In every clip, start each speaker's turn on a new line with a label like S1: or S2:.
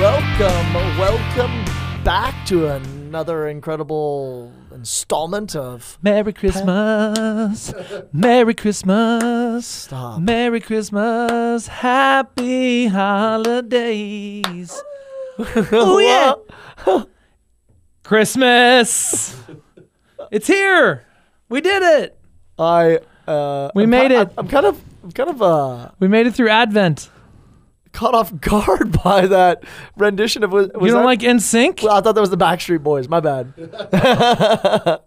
S1: Welcome, welcome back to another incredible installment of
S2: Merry Christmas. Merry Christmas.
S1: Stop.
S2: Merry Christmas. Happy holidays. oh yeah. Christmas. it's here. We did it.
S1: I uh
S2: We
S1: I'm
S2: made
S1: ki-
S2: it.
S1: I'm kind of I'm kind of uh
S2: We made it through Advent.
S1: caught off guard by that rendition of was, was
S2: You don't
S1: that-
S2: like NSYNC?
S1: well, I thought that was the Backstreet Boys. My bad.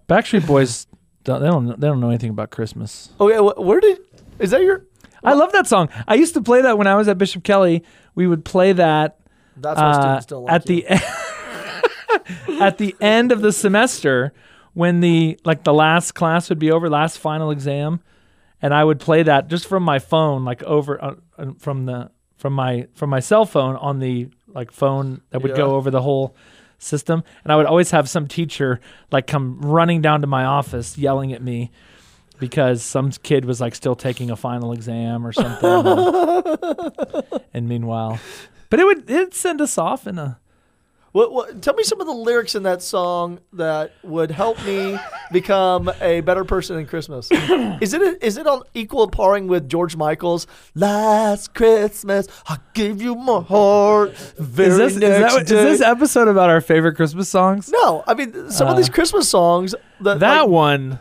S2: Backstreet Boys don't, they don't they don't know anything about Christmas.
S1: Okay, wh- where did is that your
S2: I love that song. I used to play that when I was at Bishop Kelly. We would play that
S1: That's why
S2: uh,
S1: students still like
S2: at
S1: you.
S2: the at the end of the semester when the like the last class would be over, last final exam, and I would play that just from my phone, like over uh, uh, from the from my from my cell phone on the like phone that would
S1: Yeah.
S2: go over the whole system, and I would always have some teacher like come running down to my office yelling at me because some kid was like still taking a final exam or something. and meanwhile, but it would it'd send us off in a
S1: What, what, tell me some of the lyrics in that song that would help me become a better person in Christmas. is it is it on equal paring with George Michael's "Last Christmas"? I gave you my heart. Very
S2: is this, is,
S1: next
S2: that what- is
S1: day."
S2: this episode about our favorite Christmas songs?
S1: no, I mean some of these Christmas songs. That,
S2: Uh, that
S1: like,
S2: one,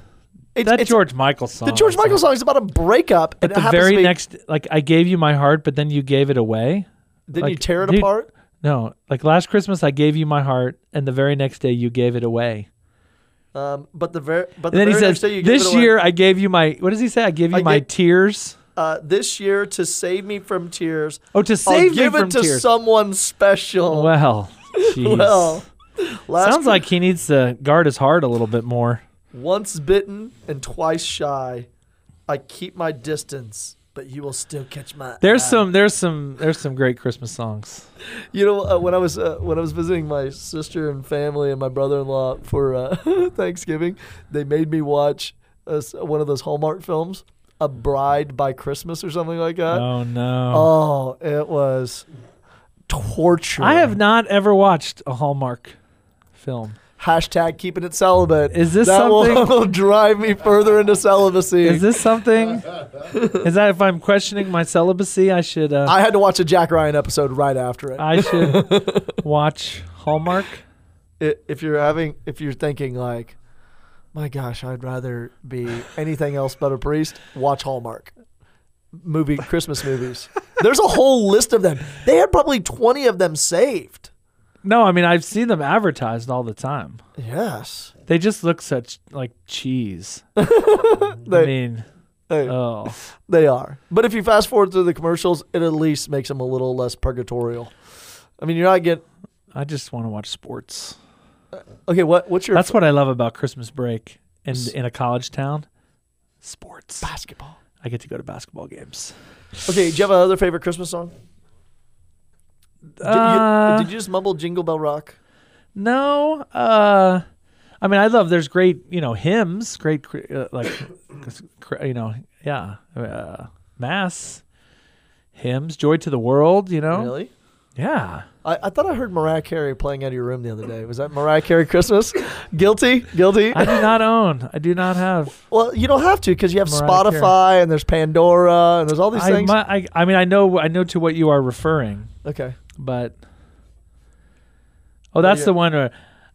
S1: it's,
S2: that
S1: it's-
S2: George Michael song.
S1: The George Michael song is about a breakup, and
S2: But
S1: it
S2: the
S1: happens
S2: very
S1: to be,
S2: next, like I gave you my heart, but then you gave it away.
S1: Then you
S2: like,
S1: tear it
S2: dude-
S1: apart.
S2: No, like last Christmas I gave you my heart, and the very next day you gave it away.
S1: Um, but the very but the
S2: And then
S1: very
S2: he
S1: next
S2: says,
S1: day you give it
S2: "This
S1: away.
S2: year I gave you my what does he say? I gave you
S1: I
S2: my
S1: gave-
S2: tears.
S1: uh, this year to save me from tears.
S2: Oh, to save
S1: I'll
S2: me
S1: give
S2: from
S1: it to
S2: tears.
S1: someone special.
S2: well, jeez.
S1: Well, last
S2: sounds like he needs to guard his heart a little bit more.
S1: once bitten and twice shy. I keep my distance, but you will still catch my.
S2: There's
S1: eye.
S2: some, there's some, there's some great Christmas songs.
S1: You know, uh, when I was uh, when I was visiting my sister and family and my brother-in-law for uh, Thanksgiving, they made me watch uh, s- one of those Hallmark films, A Bride by Christmas or something like that.
S2: oh no.
S1: Oh, it was torture.
S2: I have not ever watched a Hallmark film.
S1: hashtag keeping it celibate.
S2: Is this
S1: that will-
S2: something-
S1: will drive me further into celibacy?
S2: Is this something? is that if I'm questioning my celibacy, I should uh,
S1: I had to watch a Jack Ryan episode right after it.
S2: I should watch Hallmark?
S1: I- if you're having, if you're thinking like, my gosh, I'd rather be anything else but a priest, watch Hallmark movie Christmas movies. There's a whole list of them. They had probably 20 of them saved.
S2: No, I mean I've seen them advertised all the time.
S1: Yes.
S2: They just look such like cheese. I
S1: They,
S2: mean,
S1: they,
S2: oh,
S1: they are. But if you fast forward through the commercials, it at least makes them a little less purgatorial. I mean, you're not getting
S2: I just want to watch sports.
S1: Okay, what what's your
S2: That's what I love about Christmas break in in a college town. Sports.
S1: basketball?
S2: I get to go to basketball games.
S1: Okay, do you have another favorite Christmas song? Did,
S2: Uh,
S1: you, did you just mumble Jingle Bell Rock?
S2: No, uh, I mean, I love. There's great, you know, hymns, great, cr- uh, like, cr- you know, yeah, uh, mass, hymns, joy to the world. You know,
S1: Really?
S2: yeah.
S1: I, I thought I heard Mariah Carey playing out of your room the other day. Was that Mariah Carey Christmas? Guilty? Guilty?
S2: I do not own. I do not have.
S1: well, you don't have to because you have
S2: Mariah Carey.
S1: Spotify and there's Pandora and there's all these
S2: I,
S1: things.
S2: mu- I, I mean, I know, I know to what you are referring,
S1: okay.
S2: but oh, that's
S1: yeah.
S2: the one where.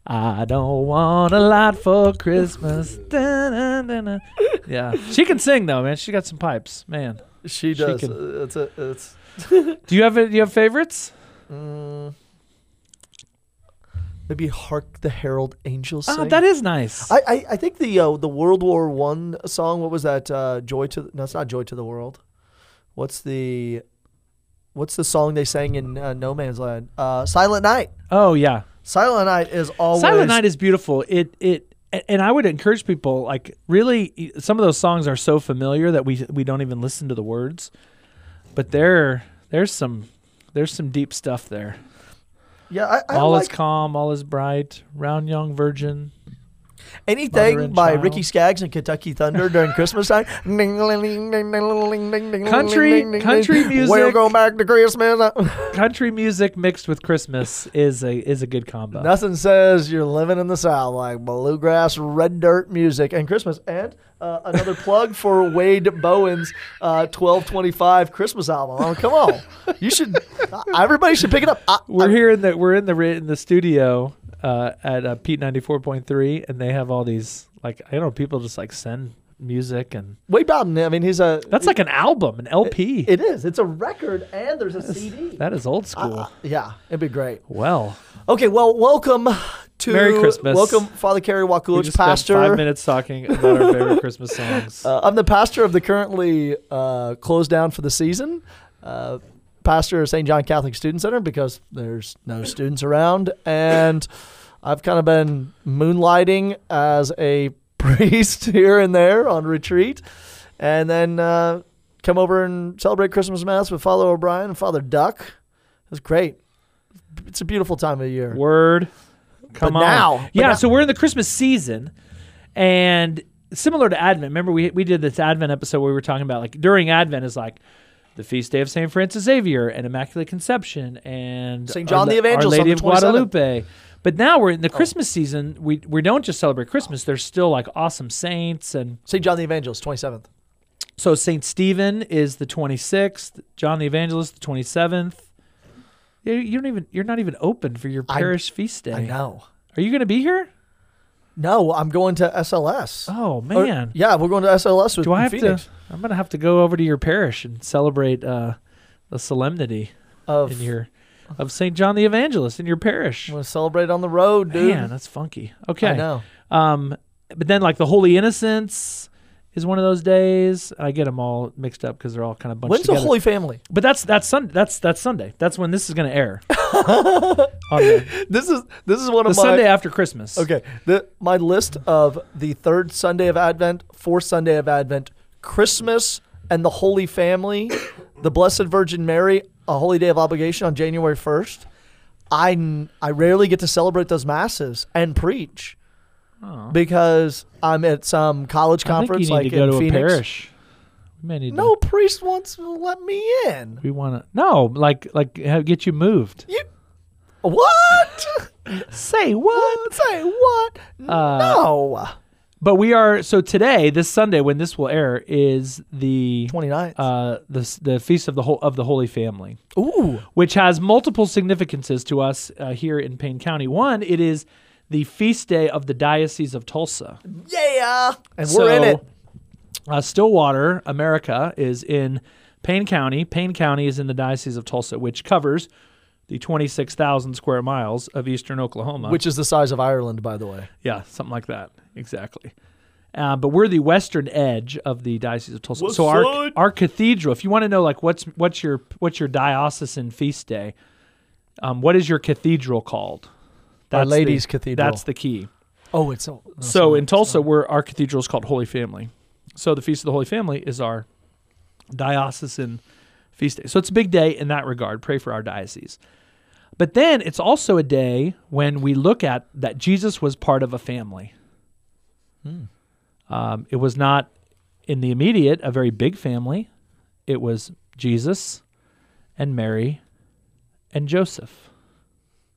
S2: I don't want a lot for Christmas. Da-na-na-na. Yeah, she can sing though, man. She got some pipes, man.
S1: She does.
S2: can-
S1: Uh, it's a, it's
S2: Do you have do you have favorites?
S1: mm, maybe Hark the Herald Angels Sing.
S2: Oh, that is nice.
S1: I, I, I think the uh, the World War One song. What was that? Uh, Joy to the, no, it's not Joy to the World. What's the What's the song they sang in uh, No Man's Land? Uh, Silent Night.
S2: oh yeah,
S1: Silent Night is always
S2: Silent Night is beautiful. It it a- and I would encourage people like really y- some of those songs are so familiar that we we don't even listen to the words, but there there's some there's some deep stuff there.
S1: Yeah, I, I
S2: all
S1: like.
S2: is calm, all is bright, round young virgin. Mother
S1: Anything
S2: and
S1: by
S2: Child.
S1: Ricky Skaggs and Kentucky Thunder during Christmas time. country,
S2: Country- country music.
S1: We're going back to Christmas.
S2: Country music mixed with Christmas is a is a good combo.
S1: Nothing says you're living in the South like bluegrass, red dirt music, and Christmas. And uh, another plug for Wade Bowen's uh, 1225 Christmas album. Oh, come on, you should. uh, Everybody should pick it up. Uh, I,
S2: We're
S1: I-
S2: here in the we're in the ri- in the studio uh, at uh, Pete ninety four point three, and they have all these like I don't know people just like send music and
S1: Wade Bowden. I mean, he's a.
S2: that's like an album, an LP.
S1: it is. It's a record, and there's a CD.
S2: that is old school.
S1: Uh, yeah, it'd be great.
S2: well,
S1: Okay, well, welcome to
S2: Merry Christmas.
S1: Welcome, Father Kerry
S2: we
S1: Wakulich,
S2: just spent five
S1: pastor.
S2: minutes talking about our favorite Christmas songs.
S1: Uh, I'm the pastor of the currently uh, closed down for the season. Uh, pastor of St. John Catholic Student Center because there's no students around, and I've kind of been moonlighting as a priest here and there on retreat, and then uh, come over and celebrate Christmas mass with Father O'Brien and Father Duck. It was great. It's a beautiful time of year.
S2: Word. Come on.
S1: now- but
S2: yeah,
S1: now-
S2: so we're in the Christmas season and similar to Advent. Remember we we did this Advent episode where we were talking about like during Advent is like the feast day of St. Francis Xavier and Immaculate Conception and
S1: St. John
S2: Our,
S1: the
S2: La-
S1: Evangelist
S2: Our
S1: on
S2: Lady
S1: the Oh.
S2: of
S1: 27th.
S2: Guadalupe. But now we're in the Christmas season. We we don't just celebrate Christmas. There's still like awesome saints and
S1: St. John the Evangelist, 27th.
S2: so St. Stephen is the 26th, John the Evangelist the 27th. You, you don't even you're not even open for your
S1: I-
S2: parish feast day.
S1: I know.
S2: Are you going to be here?
S1: No, I'm going to SLS.
S2: Oh
S1: Or-
S2: man.
S1: yeah, we're going to SLS with
S2: Do I have
S1: Phoenix
S2: to I'm going to have to go over to your parish and celebrate uh, the solemnity
S1: of
S2: in your of St. John the Evangelist in your parish.
S1: I'm gonna celebrate on the road, dude.
S2: Man, that's funky. Okay.
S1: I know.
S2: Um but then like the Holy Innocents is one of those days. I get them all mixed up cuz they're all kind of bunched
S1: When's
S2: together.
S1: the Holy Family?
S2: But that's that's Sun that's that's Sunday. That's when this is going to air. On the,
S1: This is this is one
S2: the
S1: of my
S2: Sunday after Christmas.
S1: okay. The, my list of the third Sunday of Advent, fourth Sunday of Advent, Christmas, and the Holy Family, the Blessed Virgin Mary, a holy day of obligation on January first. I n- I rarely get to celebrate those masses and preach
S2: Oh.
S1: because I'm at some college
S2: I think you
S1: conference
S2: need
S1: like
S2: to go
S1: in
S2: to
S1: Phoenix.
S2: a parish. We may need to-
S1: No priest wants to let me in.
S2: We want to no, like like have, get you moved.
S1: You what?
S2: Say what?
S1: Say what?
S2: Uh,
S1: no.
S2: But we are so today, this Sunday when this will air is the
S1: 29th.
S2: uh the s- the feast of the whole of the Holy Family,
S1: Ooh.
S2: which has multiple significances to us uh, here in Payne County. One, it is the feast day of the Diocese of Tulsa.
S1: Yeah. And we're in it.
S2: Uh, Stillwater, America, is in Payne County. Payne County is in the Diocese of Tulsa, which covers the 26,000 square miles of eastern Oklahoma.
S1: Which is the size of Ireland, by the way.
S2: yeah, something like that. Exactly. Uh, but we're the western edge of the Diocese of Tulsa. so our,
S1: side?
S2: our cathedral, if you want to know like what's what's your what's your diocesan feast day, um, what is your cathedral called?
S1: Our
S2: the-
S1: Lady's Cathedral.
S2: That's the key.
S1: Oh, it's so.
S2: So in Tulsa, we're, our cathedral is called Holy Family. So the Feast of the Holy Family is our diocesan feast day. So it's a big day in that regard. Pray for our diocese. But then it's also a day when we look at that Jesus was part of a family. Um, it was not in the immediate a very big family. It was Jesus and Mary and Joseph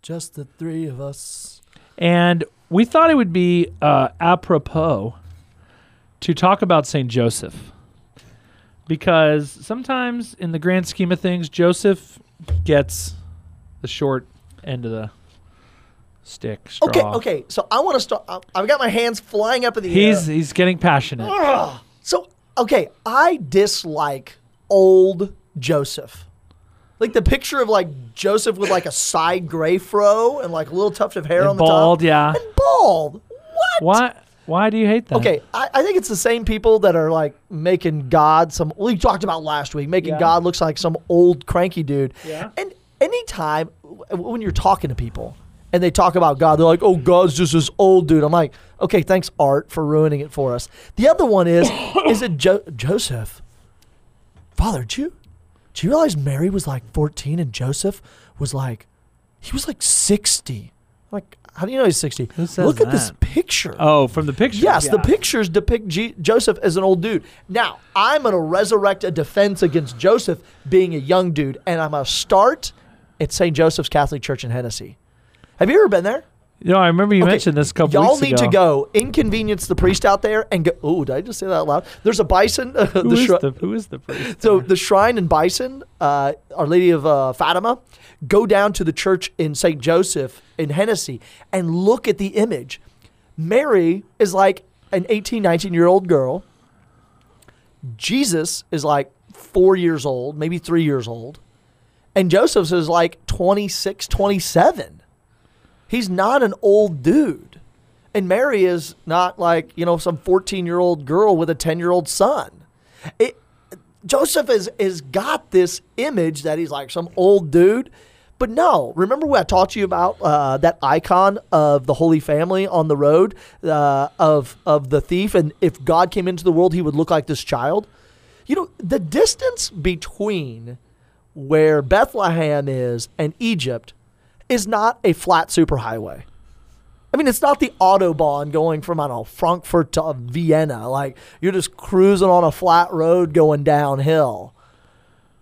S1: Just the three of us.
S2: and we thought it would be uh, apropos to talk about Saint Joseph because sometimes, in the grand scheme of things, Joseph gets the short end of the stick. Straw.
S1: Okay, okay. So I want to start. I- I've got my hands flying up in the
S2: He's
S1: air.
S2: he's getting passionate.
S1: So, okay. I dislike old Joseph. Like the picture of like Joseph with like a side gray fro and like a little tuft of hair
S2: And
S1: on the
S2: bald,
S1: top.
S2: yeah.
S1: And bald. What?
S2: Why why do you hate that?
S1: Okay, I, I think it's the same people that are like making God some. We talked about last week making
S2: Yeah.
S1: God looks like some old cranky dude.
S2: Yeah.
S1: And anytime w- when you're talking to people and they talk about God, they're like, "Oh, God's just this old dude." I'm like, "Okay, thanks, Art, for ruining it for us." The other one is, is it jo- Joseph? Father, did you do you realize Mary was like 14 and Joseph was like he was like 60? Like How do you know he's 60?
S2: Who says
S1: Look at this
S2: that?
S1: picture.
S2: Oh, from the picture.
S1: Yes, the pictures depict G- Joseph as an old dude. Now, I'm going to resurrect a defense against Joseph being a young dude, and I'm going to start at St. Joseph's Catholic Church in Hennessy. Have you ever been there?
S2: No, I remember you
S1: Okay,
S2: mentioned this a couple
S1: Y'all
S2: weeks
S1: need
S2: ago.
S1: to go inconvenience the priest out there and go. Oh, did I just say that out loud? There's a bison. Uh,
S2: Who
S1: the
S2: is
S1: shri-
S2: the who is the priest?
S1: so the shrine in Bison, uh, Our Lady of uh, Fatima, go down to the church in St. Joseph in Hennessy and look at the image. Mary is like an 18, 19 year old girl. Jesus is like four years old, maybe three years old. And Joseph is like 26, 27. He's not an old dude. And Mary is not like, you know, some 14 year old girl with a 10 year old son. It, Joseph is, is got this image that he's like some old dude. But no, remember what I taught you about uh, that icon of the Holy Family on the road uh, of, of the thief? And if God came into the world, he would look like this child. You know, the distance between where Bethlehem is and Egypt is not a flat superhighway. I mean, it's not the autobahn going from I don't know Frankfurt to Vienna. Like you're just cruising on a flat road going downhill.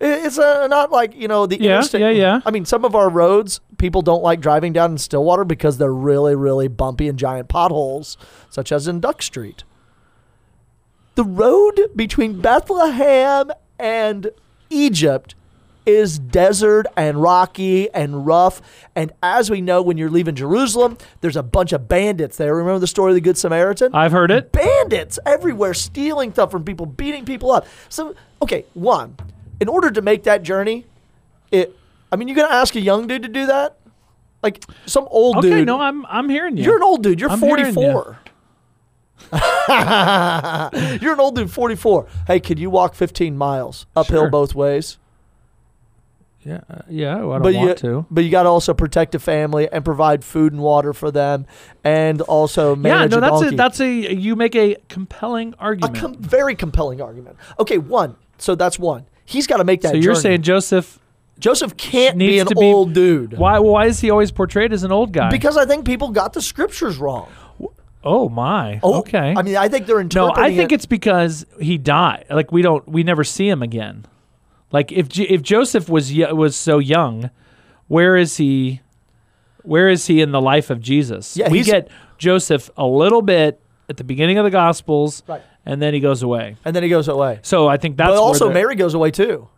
S1: I- It's uh not like you know the
S2: Yeah,
S1: interstate.
S2: yeah, yeah.
S1: I mean, some of our roads people don't like driving down in Stillwater because they're really, really bumpy and giant potholes, such as in Duck Street. The road between Bethlehem and Egypt is desert and rocky and rough. And as we know, when you're leaving Jerusalem, there's a bunch of bandits there. Remember the story of the Good Samaritan?
S2: I've heard it.
S1: bandits everywhere stealing stuff from people, beating people up. So, okay, one, in order to make that journey, it, I mean, you're going to ask a young dude to do that? Like some old
S2: Okay,
S1: dude.
S2: no, I'm I'm hearing you.
S1: You're an old dude. You're
S2: I'm hearing
S1: 44. You're an old dude, 44. Hey, could you walk 15 miles uphill
S2: Sure.
S1: both ways?
S2: yeah, uh, yeah. well, I don't
S1: But you,
S2: want to.
S1: but you got to also protect a family and provide food and water for them, and also
S2: Yeah,
S1: manage
S2: no,
S1: a
S2: that's
S1: donkey.
S2: a that's a you make a compelling
S1: a
S2: argument.
S1: com- very compelling argument. Okay, one. So that's one. He's got to make that.
S2: so you're
S1: journey.
S2: saying Joseph?
S1: Joseph can't be
S2: needs
S1: an
S2: to be-
S1: old dude?
S2: Why why is he always portrayed as an old guy?
S1: Because I think people got the scriptures wrong.
S2: oh my.
S1: Oh,
S2: okay.
S1: I mean, I think they're
S2: no,
S1: interpreting.
S2: I think
S1: it-
S2: it's because he died. Like we don't we never see him again. Like if J- if Joseph was y- was so young, where is he? Where is he in the life of Jesus?
S1: Yeah,
S2: we
S1: he's-
S2: get Joseph a little bit at the beginning of the Gospels,
S1: Right.
S2: and then he goes away.
S1: and then he goes away.
S2: So I think that's
S1: But
S2: where
S1: also,
S2: the-
S1: Mary goes away too.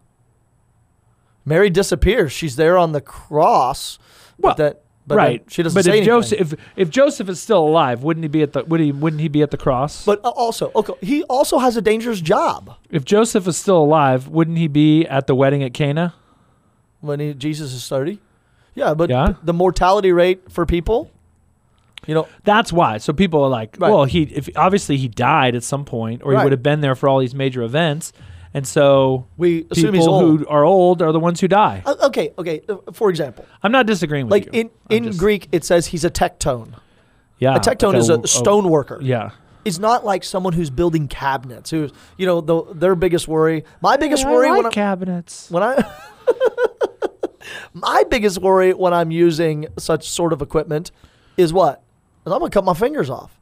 S1: Mary disappears. She's there on the cross.
S2: Well,
S1: but that, but then
S2: right.
S1: She doesn't
S2: But
S1: say
S2: if
S1: anything.
S2: Joseph if, if Joseph is still alive, wouldn't he be at the would he wouldn't he be at the cross?
S1: but uh, also, okay, he also has a dangerous job
S2: if Joseph is still alive, wouldn't he be at the wedding at Cana?
S1: when he, Jesus is thirty. Yeah, but
S2: Yeah.
S1: the mortality rate for people, you know,
S2: That's why. So people are like,
S1: Right.
S2: well, he if obviously he died at some point, or
S1: Right.
S2: he would have been there for all these major events, and so
S1: we assume he's
S2: people
S1: old.
S2: who are old are the ones who die.
S1: Uh, okay, okay. uh, For example,
S2: I'm not disagreeing with
S1: like
S2: you.
S1: in
S2: I'm
S1: in
S2: just-
S1: Greek, it says he's a tectone.
S2: yeah,
S1: A tectone
S2: like
S1: is a stone worker.
S2: yeah,
S1: It's not like someone who's building cabinets. Who's you know the, their biggest worry. My biggest worry when I'm,
S2: cabinets.
S1: when I my biggest worry when I'm using such sort of equipment is what? Is I'm gonna cut my fingers off.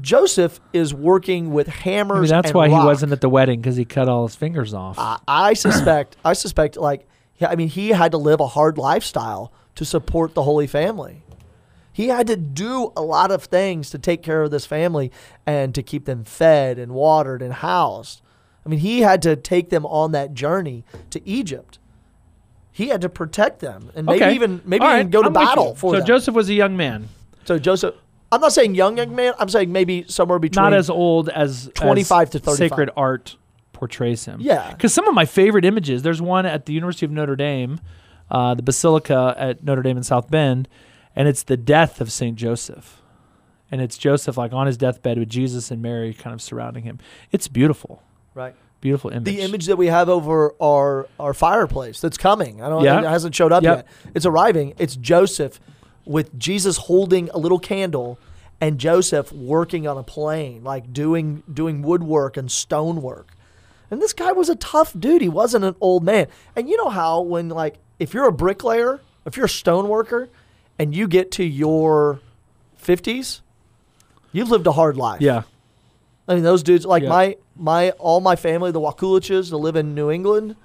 S1: Joseph is working with hammers.
S2: Maybe that's
S1: and
S2: why
S1: rock.
S2: he wasn't at the wedding because he cut all his fingers off.
S1: I, I suspect. I suspect. Like, yeah, I mean, he had to live a hard lifestyle to support the Holy Family. He had to do a lot of things to take care of this family and to keep them fed and watered and housed. I mean, he had to take them on that journey to Egypt. He had to protect them and maybe
S2: okay,
S1: even maybe
S2: All
S1: even
S2: right,
S1: go to
S2: I'm with you.
S1: battle for
S2: so
S1: them.
S2: Joseph was a young man,
S1: so Joseph, I'm not saying young young man. I'm saying maybe somewhere between.
S2: not as old as
S1: 25
S2: as
S1: to 35.
S2: Sacred art portrays him.
S1: Yeah.
S2: because some of my favorite images. There's one at the University of Notre Dame, uh, the Basilica at Notre Dame in South Bend, and it's the death of Saint Joseph, and it's Joseph like on his deathbed with Jesus and Mary kind of surrounding him. It's beautiful,
S1: right.
S2: beautiful image.
S1: the image that we have over our our fireplace that's coming. I don't.
S2: Yeah.
S1: It hasn't showed up
S2: Yep.
S1: yet. It's arriving. It's Joseph with Jesus holding a little candle and Joseph working on a plane, like doing doing woodwork and stonework. And this guy was a tough dude. He wasn't an old man. And you know how when like if you're a bricklayer, if you're a stone worker, and you get to your 50s, you've lived a hard life.
S2: Yeah.
S1: I mean, those dudes, like
S2: Yeah.
S1: my my all my family, the Wakuliches that live in New England,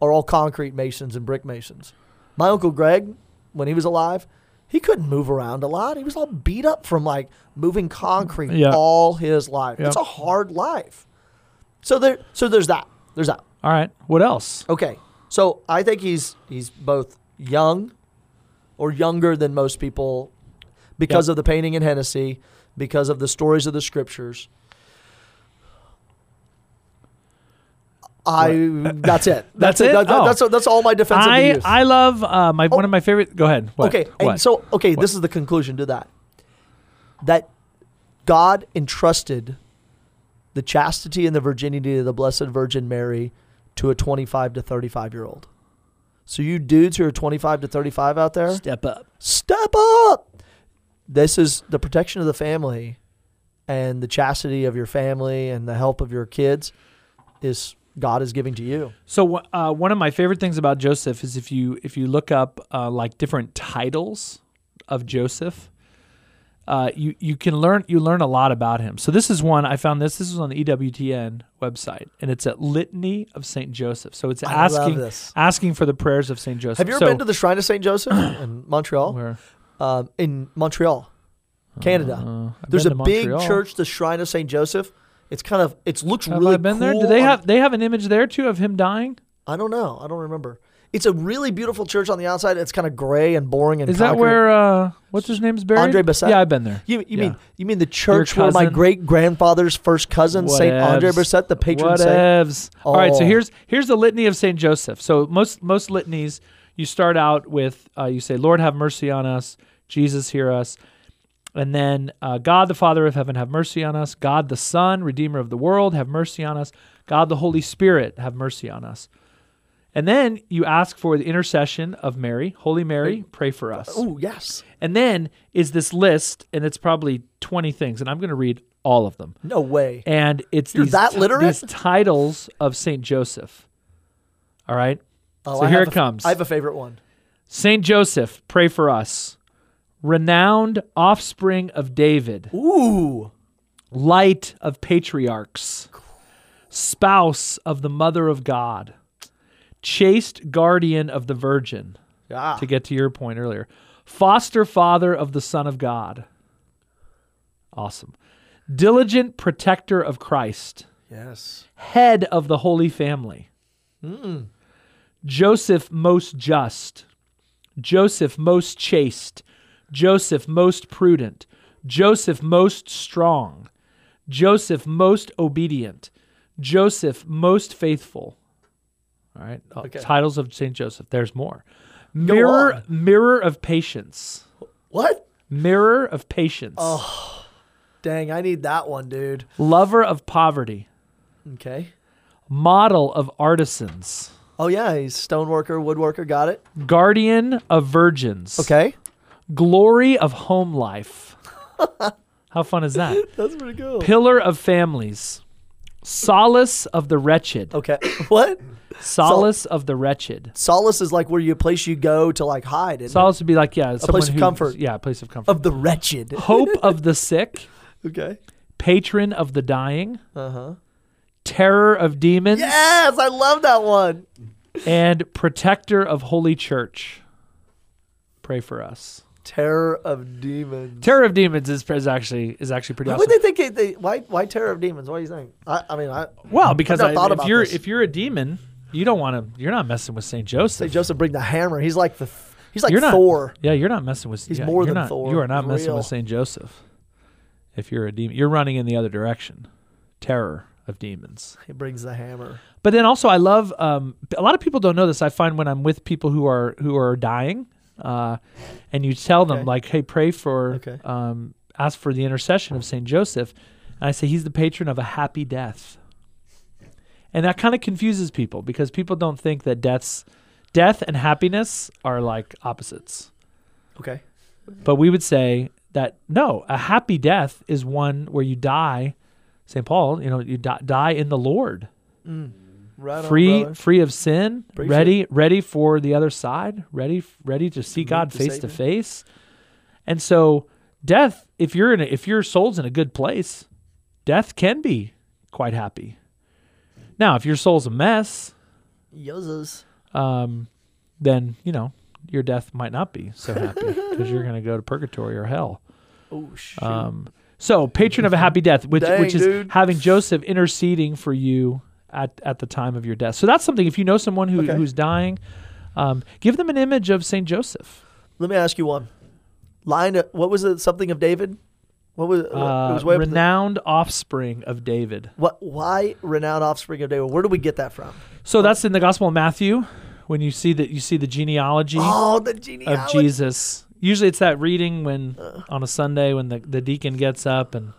S1: are all concrete masons and brick masons. My uncle Greg, when he was alive, he couldn't move around a lot. He was all beat up from like moving concrete
S2: Yeah.
S1: all his life.
S2: Yeah.
S1: It's a hard life. So there, so there's that. There's that.
S2: All right. What else?
S1: Okay. So I think he's he's both young or younger than most people because
S2: Yep.
S1: of the painting in Hennessy, because of the stories of the scriptures. I that's it. That's,
S2: That's
S1: it.
S2: it?
S1: That- that-
S2: Oh.
S1: that's that's all my defense of the
S2: I
S1: youth.
S2: I love uh, my
S1: Oh.
S2: one of my favorite. Go ahead. What?
S1: okay, and
S2: What?
S1: so okay, this is the conclusion to that. That God entrusted the chastity and the virginity of the Blessed Virgin Mary to a 25 to 35 year old. So you dudes who are 25 to 35 out there,
S2: step up.
S1: step up. This is the protection of the family and the chastity of your family and the help of your kids is God is giving to you.
S2: So uh, one of my favorite things about Joseph is if you if you look up uh, like different titles of Joseph, uh, you you can learn you learn a lot about him. So this is one I found this this is on the E EWTN website and it's a litany of Saint Joseph. So it's
S1: I love
S2: asking
S1: this.
S2: asking for the prayers of Saint Joseph.
S1: Have you ever
S2: So-
S1: been to the Shrine of St. Joseph in Montreal?
S2: Where?
S1: um, in Montreal, Canada.
S2: Uh, I've
S1: There's a
S2: been to
S1: big
S2: Montreal.
S1: church, the Shrine of Saint Joseph. It's kind of it looks
S2: Have
S1: really
S2: I been there?
S1: cool
S2: Do they
S1: on-
S2: have they have an image there too of him dying?
S1: I don't know. I don't remember. It's a really beautiful church on the outside. It's kind of gray and boring and
S2: Is that
S1: concrete.
S2: where uh, what's his name's buried?
S1: Andre Bassett?
S2: Yeah, I've been there.
S1: You, you
S2: Yeah.
S1: mean you mean the church where my
S2: cousin?
S1: great grandfather's first cousin Saint Andre
S2: Whatevs.
S1: Berset, the patron saint?
S2: Whatevs. All right,
S1: Oh.
S2: so here's here's the litany of Saint Joseph. So most most litanies you start out with uh, you say, "Lord, have mercy on us. Jesus, hear us." And then uh, God the Father of heaven, have mercy on us. God the Son, Redeemer of the world, have mercy on us. God the Holy Spirit, have mercy on us. And then you ask for the intercession of Mary, Holy Mary, pray for us.
S1: Oh yes,
S2: And then is this list, and it's probably 20 things, and I'm going to read all of them
S1: no way.
S2: and it's
S1: You're
S2: these,
S1: that
S2: ti-
S1: literate?
S2: these titles of Saint Joseph. All right,
S1: Oh,
S2: so
S1: I
S2: here
S1: have
S2: it
S1: a-
S2: comes.
S1: I have a favorite one.
S2: Saint Joseph, pray for us. Renowned offspring of David,
S1: Ooh,
S2: light of patriarchs, spouse of the mother of God, chaste guardian of the virgin.
S1: yeah.
S2: To get to your point earlier, foster father of the Son of God. Awesome. Diligent protector of Christ.
S1: yes.
S2: head of the Holy Family. Joseph most just. Joseph most chaste. Joseph most prudent. Joseph most strong. Joseph most obedient. Joseph most faithful. All right. uh,
S1: Okay.
S2: Titles of St. Joseph. There's more. Mirror, mirror of patience.
S1: What?
S2: Mirror of patience.
S1: Dang, I need that one, dude.
S2: Lover of poverty.
S1: Okay.
S2: Model of artisans.
S1: Oh yeah, he's stoneworker, woodworker. Got it.
S2: Guardian of Virgins.
S1: Okay.
S2: Glory of Home Life. How fun is that?
S1: That's pretty cool.
S2: Pillar of Families. Solace of the Wretched.
S1: Okay. what?
S2: Solace of the Wretched.
S1: Solace is like where you place you go to like hide. Isn't
S2: Solace would be like, yeah, a
S1: place of comfort.
S2: Yeah, a place of comfort.
S1: it? Of the wretched.
S2: Hope of the Sick.
S1: okay.
S2: Patron of the Dying.
S1: Uh huh.
S2: Terror of Demons.
S1: Yes, I love that one.
S2: And Protector of Holy Church. Pray for us.
S1: Terror of demons.
S2: Terror of Demons is, is actually is actually pretty
S1: why would
S2: awesome.
S1: they think it, they? Why? Why terror of demons? What do you think? I, I mean, I
S2: well, because
S1: I've
S2: I,
S1: not thought
S2: if
S1: about
S2: you're
S1: this.
S2: if you're a demon, you don't want to. You're not messing with Saint Joseph.
S1: say Joseph bring the hammer. He's like the. th- He's like
S2: you're not,
S1: Thor.
S2: Yeah, you're not messing with.
S1: He's
S2: yeah,
S1: more
S2: you're
S1: than
S2: not,
S1: Thor.
S2: You are not
S1: He's
S2: messing
S1: real.
S2: with Saint Joseph. If you're a demon, you're running in the other direction. Terror of demons.
S1: He brings the hammer.
S2: But then also, I love. Um, a lot of people don't know this. I find when I'm with people who are who are dying, uh, and you tell them
S1: Okay.
S2: like, "Hey, pray for,"
S1: Okay.
S2: um, ask for the intercession of Saint Joseph, and I say he's the patron of a happy death. And that kind of confuses people because people don't think that deaths, death and happiness are like opposites.
S1: Okay.
S2: But we would say that no, a happy death is one where you die. St. Paul, you know, you die, die in the Lord,
S1: Mm. Right.
S2: free,
S1: On, brother.
S2: free of sin,
S1: Preach
S2: ready, ready for the other side, ready, ready to see God
S1: the
S2: face
S1: Savior.
S2: to face, And so death, if you're in a, if your soul's in a good place, death can be quite happy. Now, if your soul's a mess,
S1: Yozas.
S2: um, then you know your death might not be so happy because you're going to go to purgatory or hell.
S1: Oh shit.
S2: Um, so patron of a happy death, which
S1: Dang,
S2: which is
S1: dude.
S2: having Joseph interceding for you at at the time of your death. So that's something. If you know someone who,
S1: Okay.
S2: who's dying, um, give them an image of Saint Joseph.
S1: Let me ask you one. Line. Of, what was it? Something of David. What was?
S2: Uh,
S1: it was way up the,
S2: renowned offspring of David.
S1: what? Why renowned offspring of David? Where do we get that from?
S2: So that's in the Gospel of Matthew when you see that you see the genealogy
S1: Oh, the
S2: of
S1: genealogy.
S2: Jesus. Usually it's that reading when
S1: Uh.
S2: on a Sunday when the, the deacon gets up and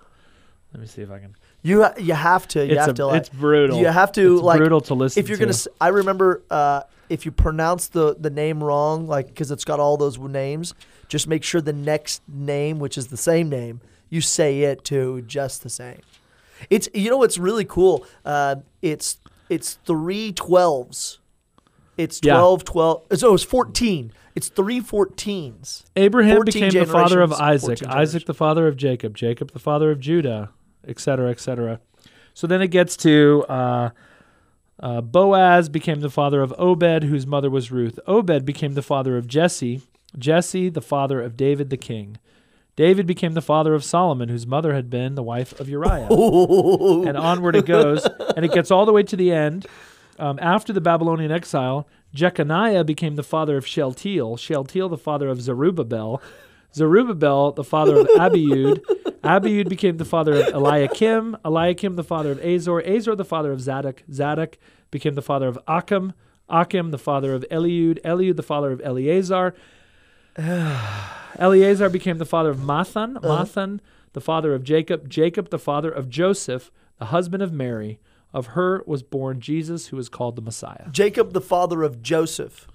S2: let me see if I can.
S1: You ha- you have to. You
S2: It's,
S1: have
S2: a-
S1: to. Like,
S2: it's brutal.
S1: You have to
S2: It's
S1: like
S2: brutal to listen.
S1: if you're
S2: to.
S1: gonna. s- I remember uh, if you pronounce the the name wrong, like because it's got all those w- names. Just make sure the next name, which is the same name, you say it to just the same. It's you know what's really cool. Uh, it's it's three twelves. It's
S2: Yeah.
S1: 12, 12. So it's 14. It's three 14s.
S2: Abraham
S1: 14
S2: became the father of
S1: generations,
S2: Isaac,
S1: 14
S2: Isaac the father of Jacob, Jacob the father of Judah, etc., etc. So then it gets to uh, uh, Boaz became the father of Obed, whose mother was Ruth. Obed became the father of Jesse, Jesse the father of David the king. David became the father of Solomon, whose mother had been the wife of Uriah
S1: Oh.
S2: and onward it goes, and it gets all the way to the end. Um, after the Babylonian exile, Jeconiah became the father of Shealtiel, Shealtiel the father of Zerubbabel, Zerubbabel the father of Abiud, Abiud became the father of Eliakim, Eliakim the father of Azor, Azor the father of Zadok, Zadok became the father of Achim, Achim the father of Eliud, Eliud the father of Eleazar, Eleazar became the father of Mathan,
S1: Uh-huh.
S2: Mathan the father of Jacob, Jacob the father of Joseph, the husband of Mary. Of her was born Jesus, who is called the Messiah.
S1: Jacob, the father of Joseph.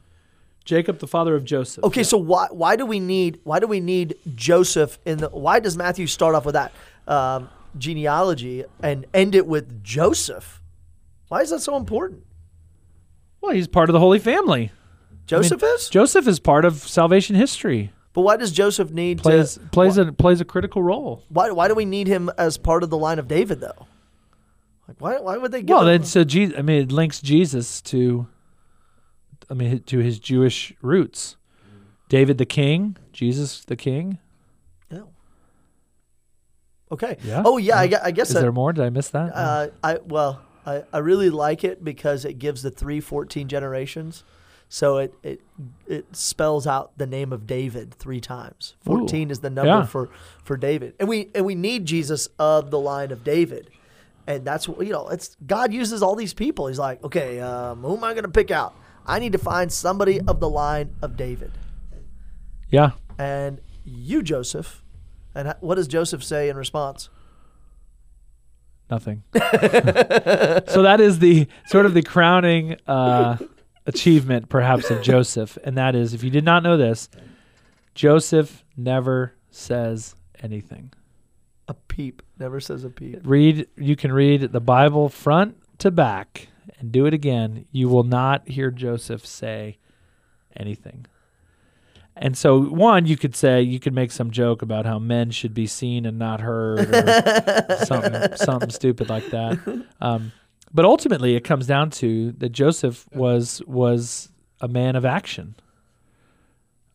S2: Jacob the father of Joseph.
S1: Okay, so why why do we need why do we need Joseph in the why does Matthew start off with that um, genealogy and end it with Joseph? Why is that so important?
S2: Well, he's part of the Holy Family.
S1: Joseph is,
S2: Joseph is part of salvation history.
S1: but why does Joseph need
S2: Plays
S1: to,
S2: plays a plays a critical role.
S1: why why do we need him as part of the line of David though? Like why why would they give
S2: Well,
S1: him-
S2: then so Jesus, I mean, it links Jesus to, I mean, to his Jewish roots. David the king, Jesus the king.
S1: No. Okay.
S2: Yeah?
S1: Oh yeah, I gue- I, guess
S2: Is
S1: that-
S2: there more? Did I miss that?
S1: Uh, I well, I, I really like it because it gives the three fourteen generations. So it, it it spells out the name of David three times. Fourteen is the number
S2: yeah.
S1: for, for David, and we and we need Jesus of the line of David, and that's what you know. It's God uses all these people. He's like, okay, um, who am I going to pick out? I need to find somebody of the line of David,
S2: yeah.
S1: and you, Joseph, and h- what does Joseph say in response?
S2: Nothing. so that is the sort of the crowning uh, achievement, perhaps, of Joseph, and that is, if you did not know this, Joseph never says anything.
S1: A peep never says a peep.
S2: Read. You can read the Bible front to back and do it again. You will not hear Joseph say anything. And so, one, you could say you could make some joke about how men should be seen and not heard, or something, something stupid like that. Um, but ultimately, it comes down to that Joseph was was a man of action.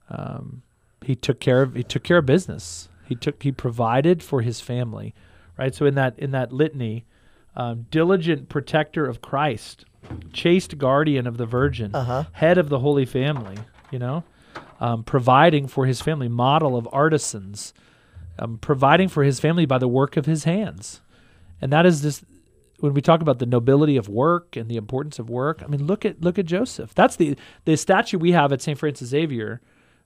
S2: Um, he took care of he took care of business. He took he provided for his family, right? So in that in that litany, um, diligent protector of Christ, chaste guardian of the Virgin,
S1: Uh-huh.
S2: head of the Holy Family, you know, um, providing for his family, model of artisans, um, providing for his family by the work of his hands, and that is this. When we talk about the nobility of work and the importance of work, I mean, look at look at Joseph. That's the the statue we have at St. Francis Xavier.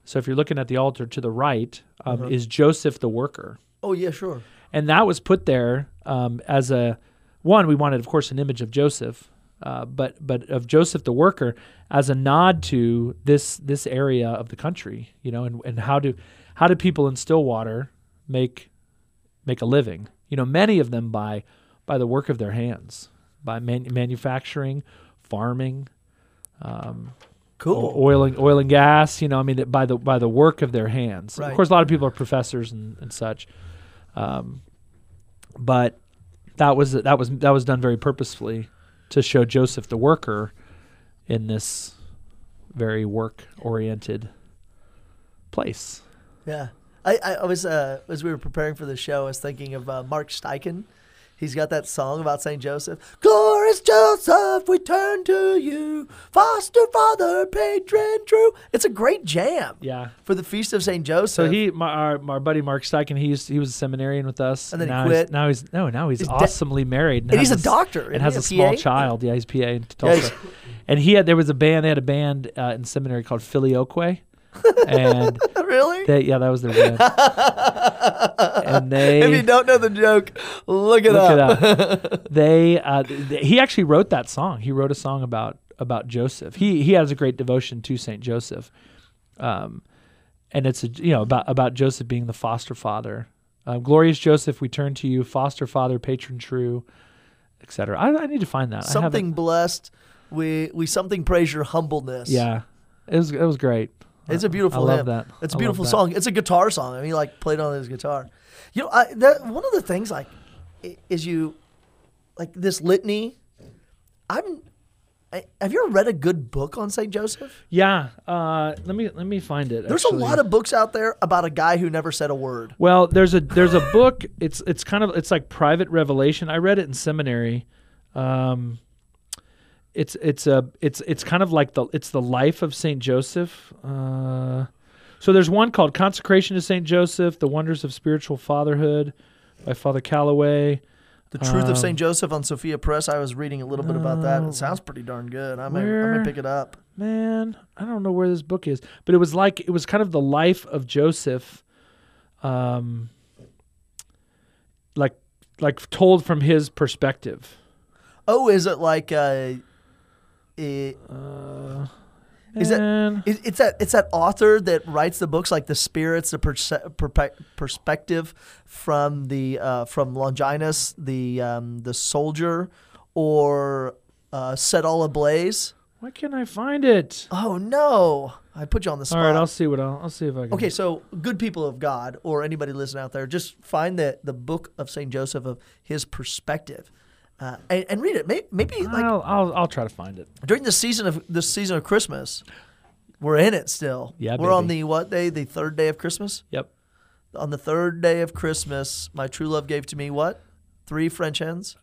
S2: So if you're looking at the altar to the right, um, is Joseph the worker,
S1: Oh yeah, sure.
S2: and that was put there um, as a one. We wanted, of course, an image of Joseph, uh, but but of Joseph the worker as a nod to this this area of the country, you know, and, and how do how do people in Stillwater make make a living? You know, many of them by by the work of their hands, by man, manufacturing, farming,
S1: Cool.
S2: oil and oil and gas. You know, I mean, it- by the by the work of their hands.
S1: Right.
S2: Of course, a lot of people are professors and, and such, um, but that was that was that was done very purposefully to show Joseph the worker in this very work oriented place.
S1: Yeah. I, I I was, uh, as we were preparing for the show, I was thinking of uh, Mark Steichen. He's got that song about St. Joseph. Glorious Joseph, we turn to you. Foster father, patron true. It's a great jam
S2: Yeah.
S1: for the Feast of St. Joseph.
S2: So he, my our, my buddy Mark Steichen, he used he was a seminarian with us.
S1: And then he
S2: now
S1: quit.
S2: He's, now he's no, now he's,
S1: He's de-
S2: awesomely married,
S1: And he's
S2: has
S1: a doctor,
S2: and
S1: isn't
S2: has
S1: he? A
S2: a small
S1: PA?
S2: child. Yeah, he's PA in
S1: Yeah,
S2: Tulsa.
S1: he's-
S2: and he had there was a band. They had a band uh, in seminary called Filioque, and
S1: really?
S2: they, yeah, that was their band. and they
S1: if you don't know the joke, look it
S2: look
S1: up.
S2: it up. they, uh, th- he actually wrote that song. He wrote a song about about Joseph. He he has a great devotion to Saint Joseph, um, and it's a, you know about about Joseph being the foster father. Uh, Glorious Joseph, we turn to you, foster father, patron true, etc. I, I need to find that. I haven't-
S1: Something blessed. We we something praise your humbleness.
S2: yeah, it was it was great.
S1: It's a beautiful
S2: I love
S1: hymn.
S2: that.
S1: It's a
S2: I love
S1: beautiful
S2: that.
S1: song. It's a guitar song. I mean, he, like played on his guitar. You know, I, that one of the things like i- is you like this litany. I'm. I, have you ever read a good book on Saint Joseph?
S2: Yeah, uh, let me let me find it.
S1: There's
S2: actually.
S1: a lot of books out there about a guy who never said a word.
S2: Well, there's a there's a book. It's it's kind of it's like private revelation. I read it in seminary. Um, it's it's a it's it's kind of like the it's the life of Saint Joseph. Uh, so there's one called Consecration to Saint Joseph: The Wonders of Spiritual Fatherhood by Father Calloway.
S1: The Truth
S2: Um,
S1: of Saint Joseph on Sophia Press. I was reading a little bit about that.
S2: no.
S1: It sounds pretty darn good. I may, I may
S2: Where-
S1: pick it up.
S2: Man, I don't know where this book is, but it was like it was kind of the life of Joseph, um, like like told from his perspective.
S1: Oh, is it like uh, it,
S2: Uh,
S1: Is that-
S2: man.
S1: It, it's that it's that author that writes the books like the spirits, the perse- perpe- perspective from the uh, from Longinus, the um, the soldier, or uh, set all ablaze.
S2: Why can't I find it?
S1: Oh no! I put you on the spot.
S2: All right, I'll see what I'll, I'll see if I can.
S1: okay, so good people of God, or anybody listening out there, just find the the book of Saint Joseph of his perspective, uh, and, and read it. Maybe, maybe like
S2: I'll, I'll I'll try to find it.
S1: during the season of this season of Christmas. We're in it still.
S2: Yeah,
S1: we're on
S2: baby.
S1: the what day? The third day of Christmas.
S2: Yep.
S1: On the third day of Christmas, my true love gave to me what? Three French hens,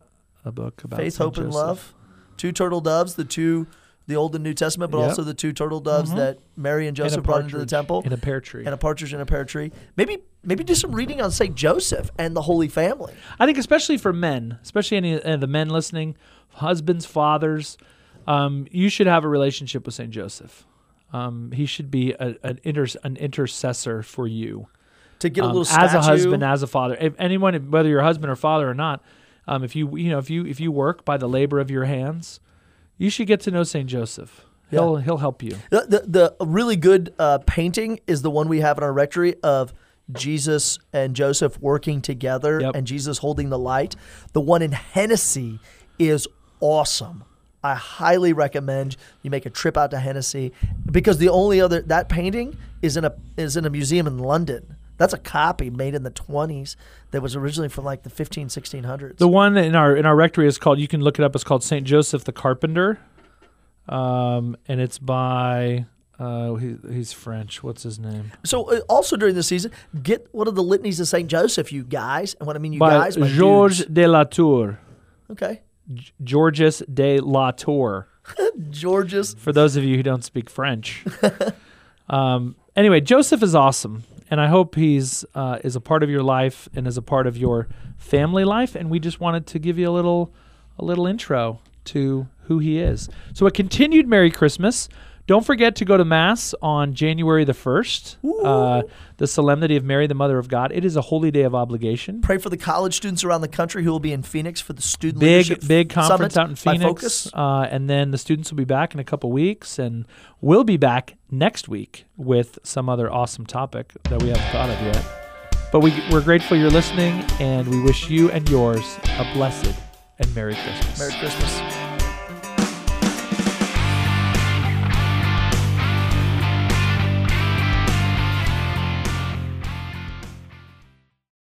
S2: A book about
S1: faith,
S2: Saint
S1: hope, and
S2: Joseph.
S1: love. Two turtle doves, the two, the Old and New Testament, but
S2: Yep. Mm-hmm.
S1: also the two turtle doves that Mary and
S2: And a
S1: Joseph brought into the
S2: partridge
S1: temple,
S2: in a pear tree.
S1: and a partridge in a pear tree. Maybe, maybe do some reading on Saint Joseph and the Holy Family.
S2: I think especially for men, especially any of the men listening, husbands, fathers, um, you should have a relationship with Saint Joseph. Um, he should be a, an inter, an intercessor for you.
S1: To get a
S2: Um,
S1: little statue.
S2: as a husband, as a father. If anyone, whether you're a husband or father or not, um, if you you know if you if you work by the labor of your hands, you should get to know Saint Joseph. He'll he'll help you.
S1: the, the, the really good uh, painting is the one we have in our rectory of Jesus and Joseph working together
S2: Yep.
S1: and Jesus holding the light. The one in Hennessy is awesome. I highly recommend you make a trip out to Hennessy because the only other that painting is in a is in a museum in London. That's a copy made in the 20s that was originally from like the 15 1600s.
S2: The one in our in our rectory is called. You can look it up. It's called Saint Joseph the Carpenter, um, and it's by uh, he, he's French. What's his name?
S1: so uh, also during the season, get one of the litanies of St. Joseph, you guys. And what I mean you
S2: by
S1: guys, my
S2: Georges
S1: dudes.
S2: de la Tour.
S1: Okay.
S2: G- Georges de la Tour.
S1: Georges
S2: for those of you who don't speak French. um, anyway, Joseph is awesome, and I hope he's uh, is a part of your life and is a part of your family life. And we just wanted to give you a little a little intro to who he is. So a continued Merry Christmas. Don't forget to go to Mass on January the 1st, uh, the Solemnity of Mary, the Mother of God. It is a holy day of obligation.
S1: pray for the college students around the country who will be in Phoenix for the student leadership
S2: big big conference
S1: summit
S2: out in
S1: by
S2: Phoenix,
S1: Focus.
S2: uh, and then the students will be back in a couple weeks, and we'll be back next week with some other awesome topic that we haven't thought of yet. But we, we're grateful you're listening, and we wish you and yours a blessed and merry Christmas.
S1: Merry Christmas.